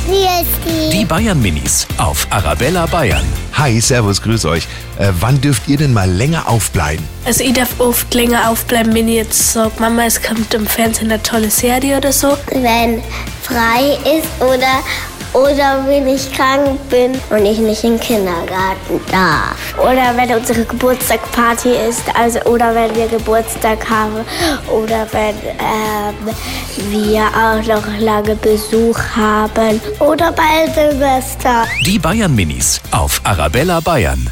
Christi. Die Bayern Minis auf Arabella Bayern. Hi, Servus, grüß euch. Äh, wann dürft ihr denn mal länger aufbleiben? Also ich darf oft länger aufbleiben, wenn ich jetzt sage, Mama, es kommt im Fernsehen eine tolle Serie oder so. Wenn frei ist oder, oder wenn ich krank bin und ich nicht in den Kindergarten darf. Oder wenn unsere Geburtstagparty ist, also oder wenn wir Geburtstag haben oder wenn ähm, wir auch noch lange Besuch haben. Oder bei Silvester. Die Bayern Minis auf Arabella Bayern.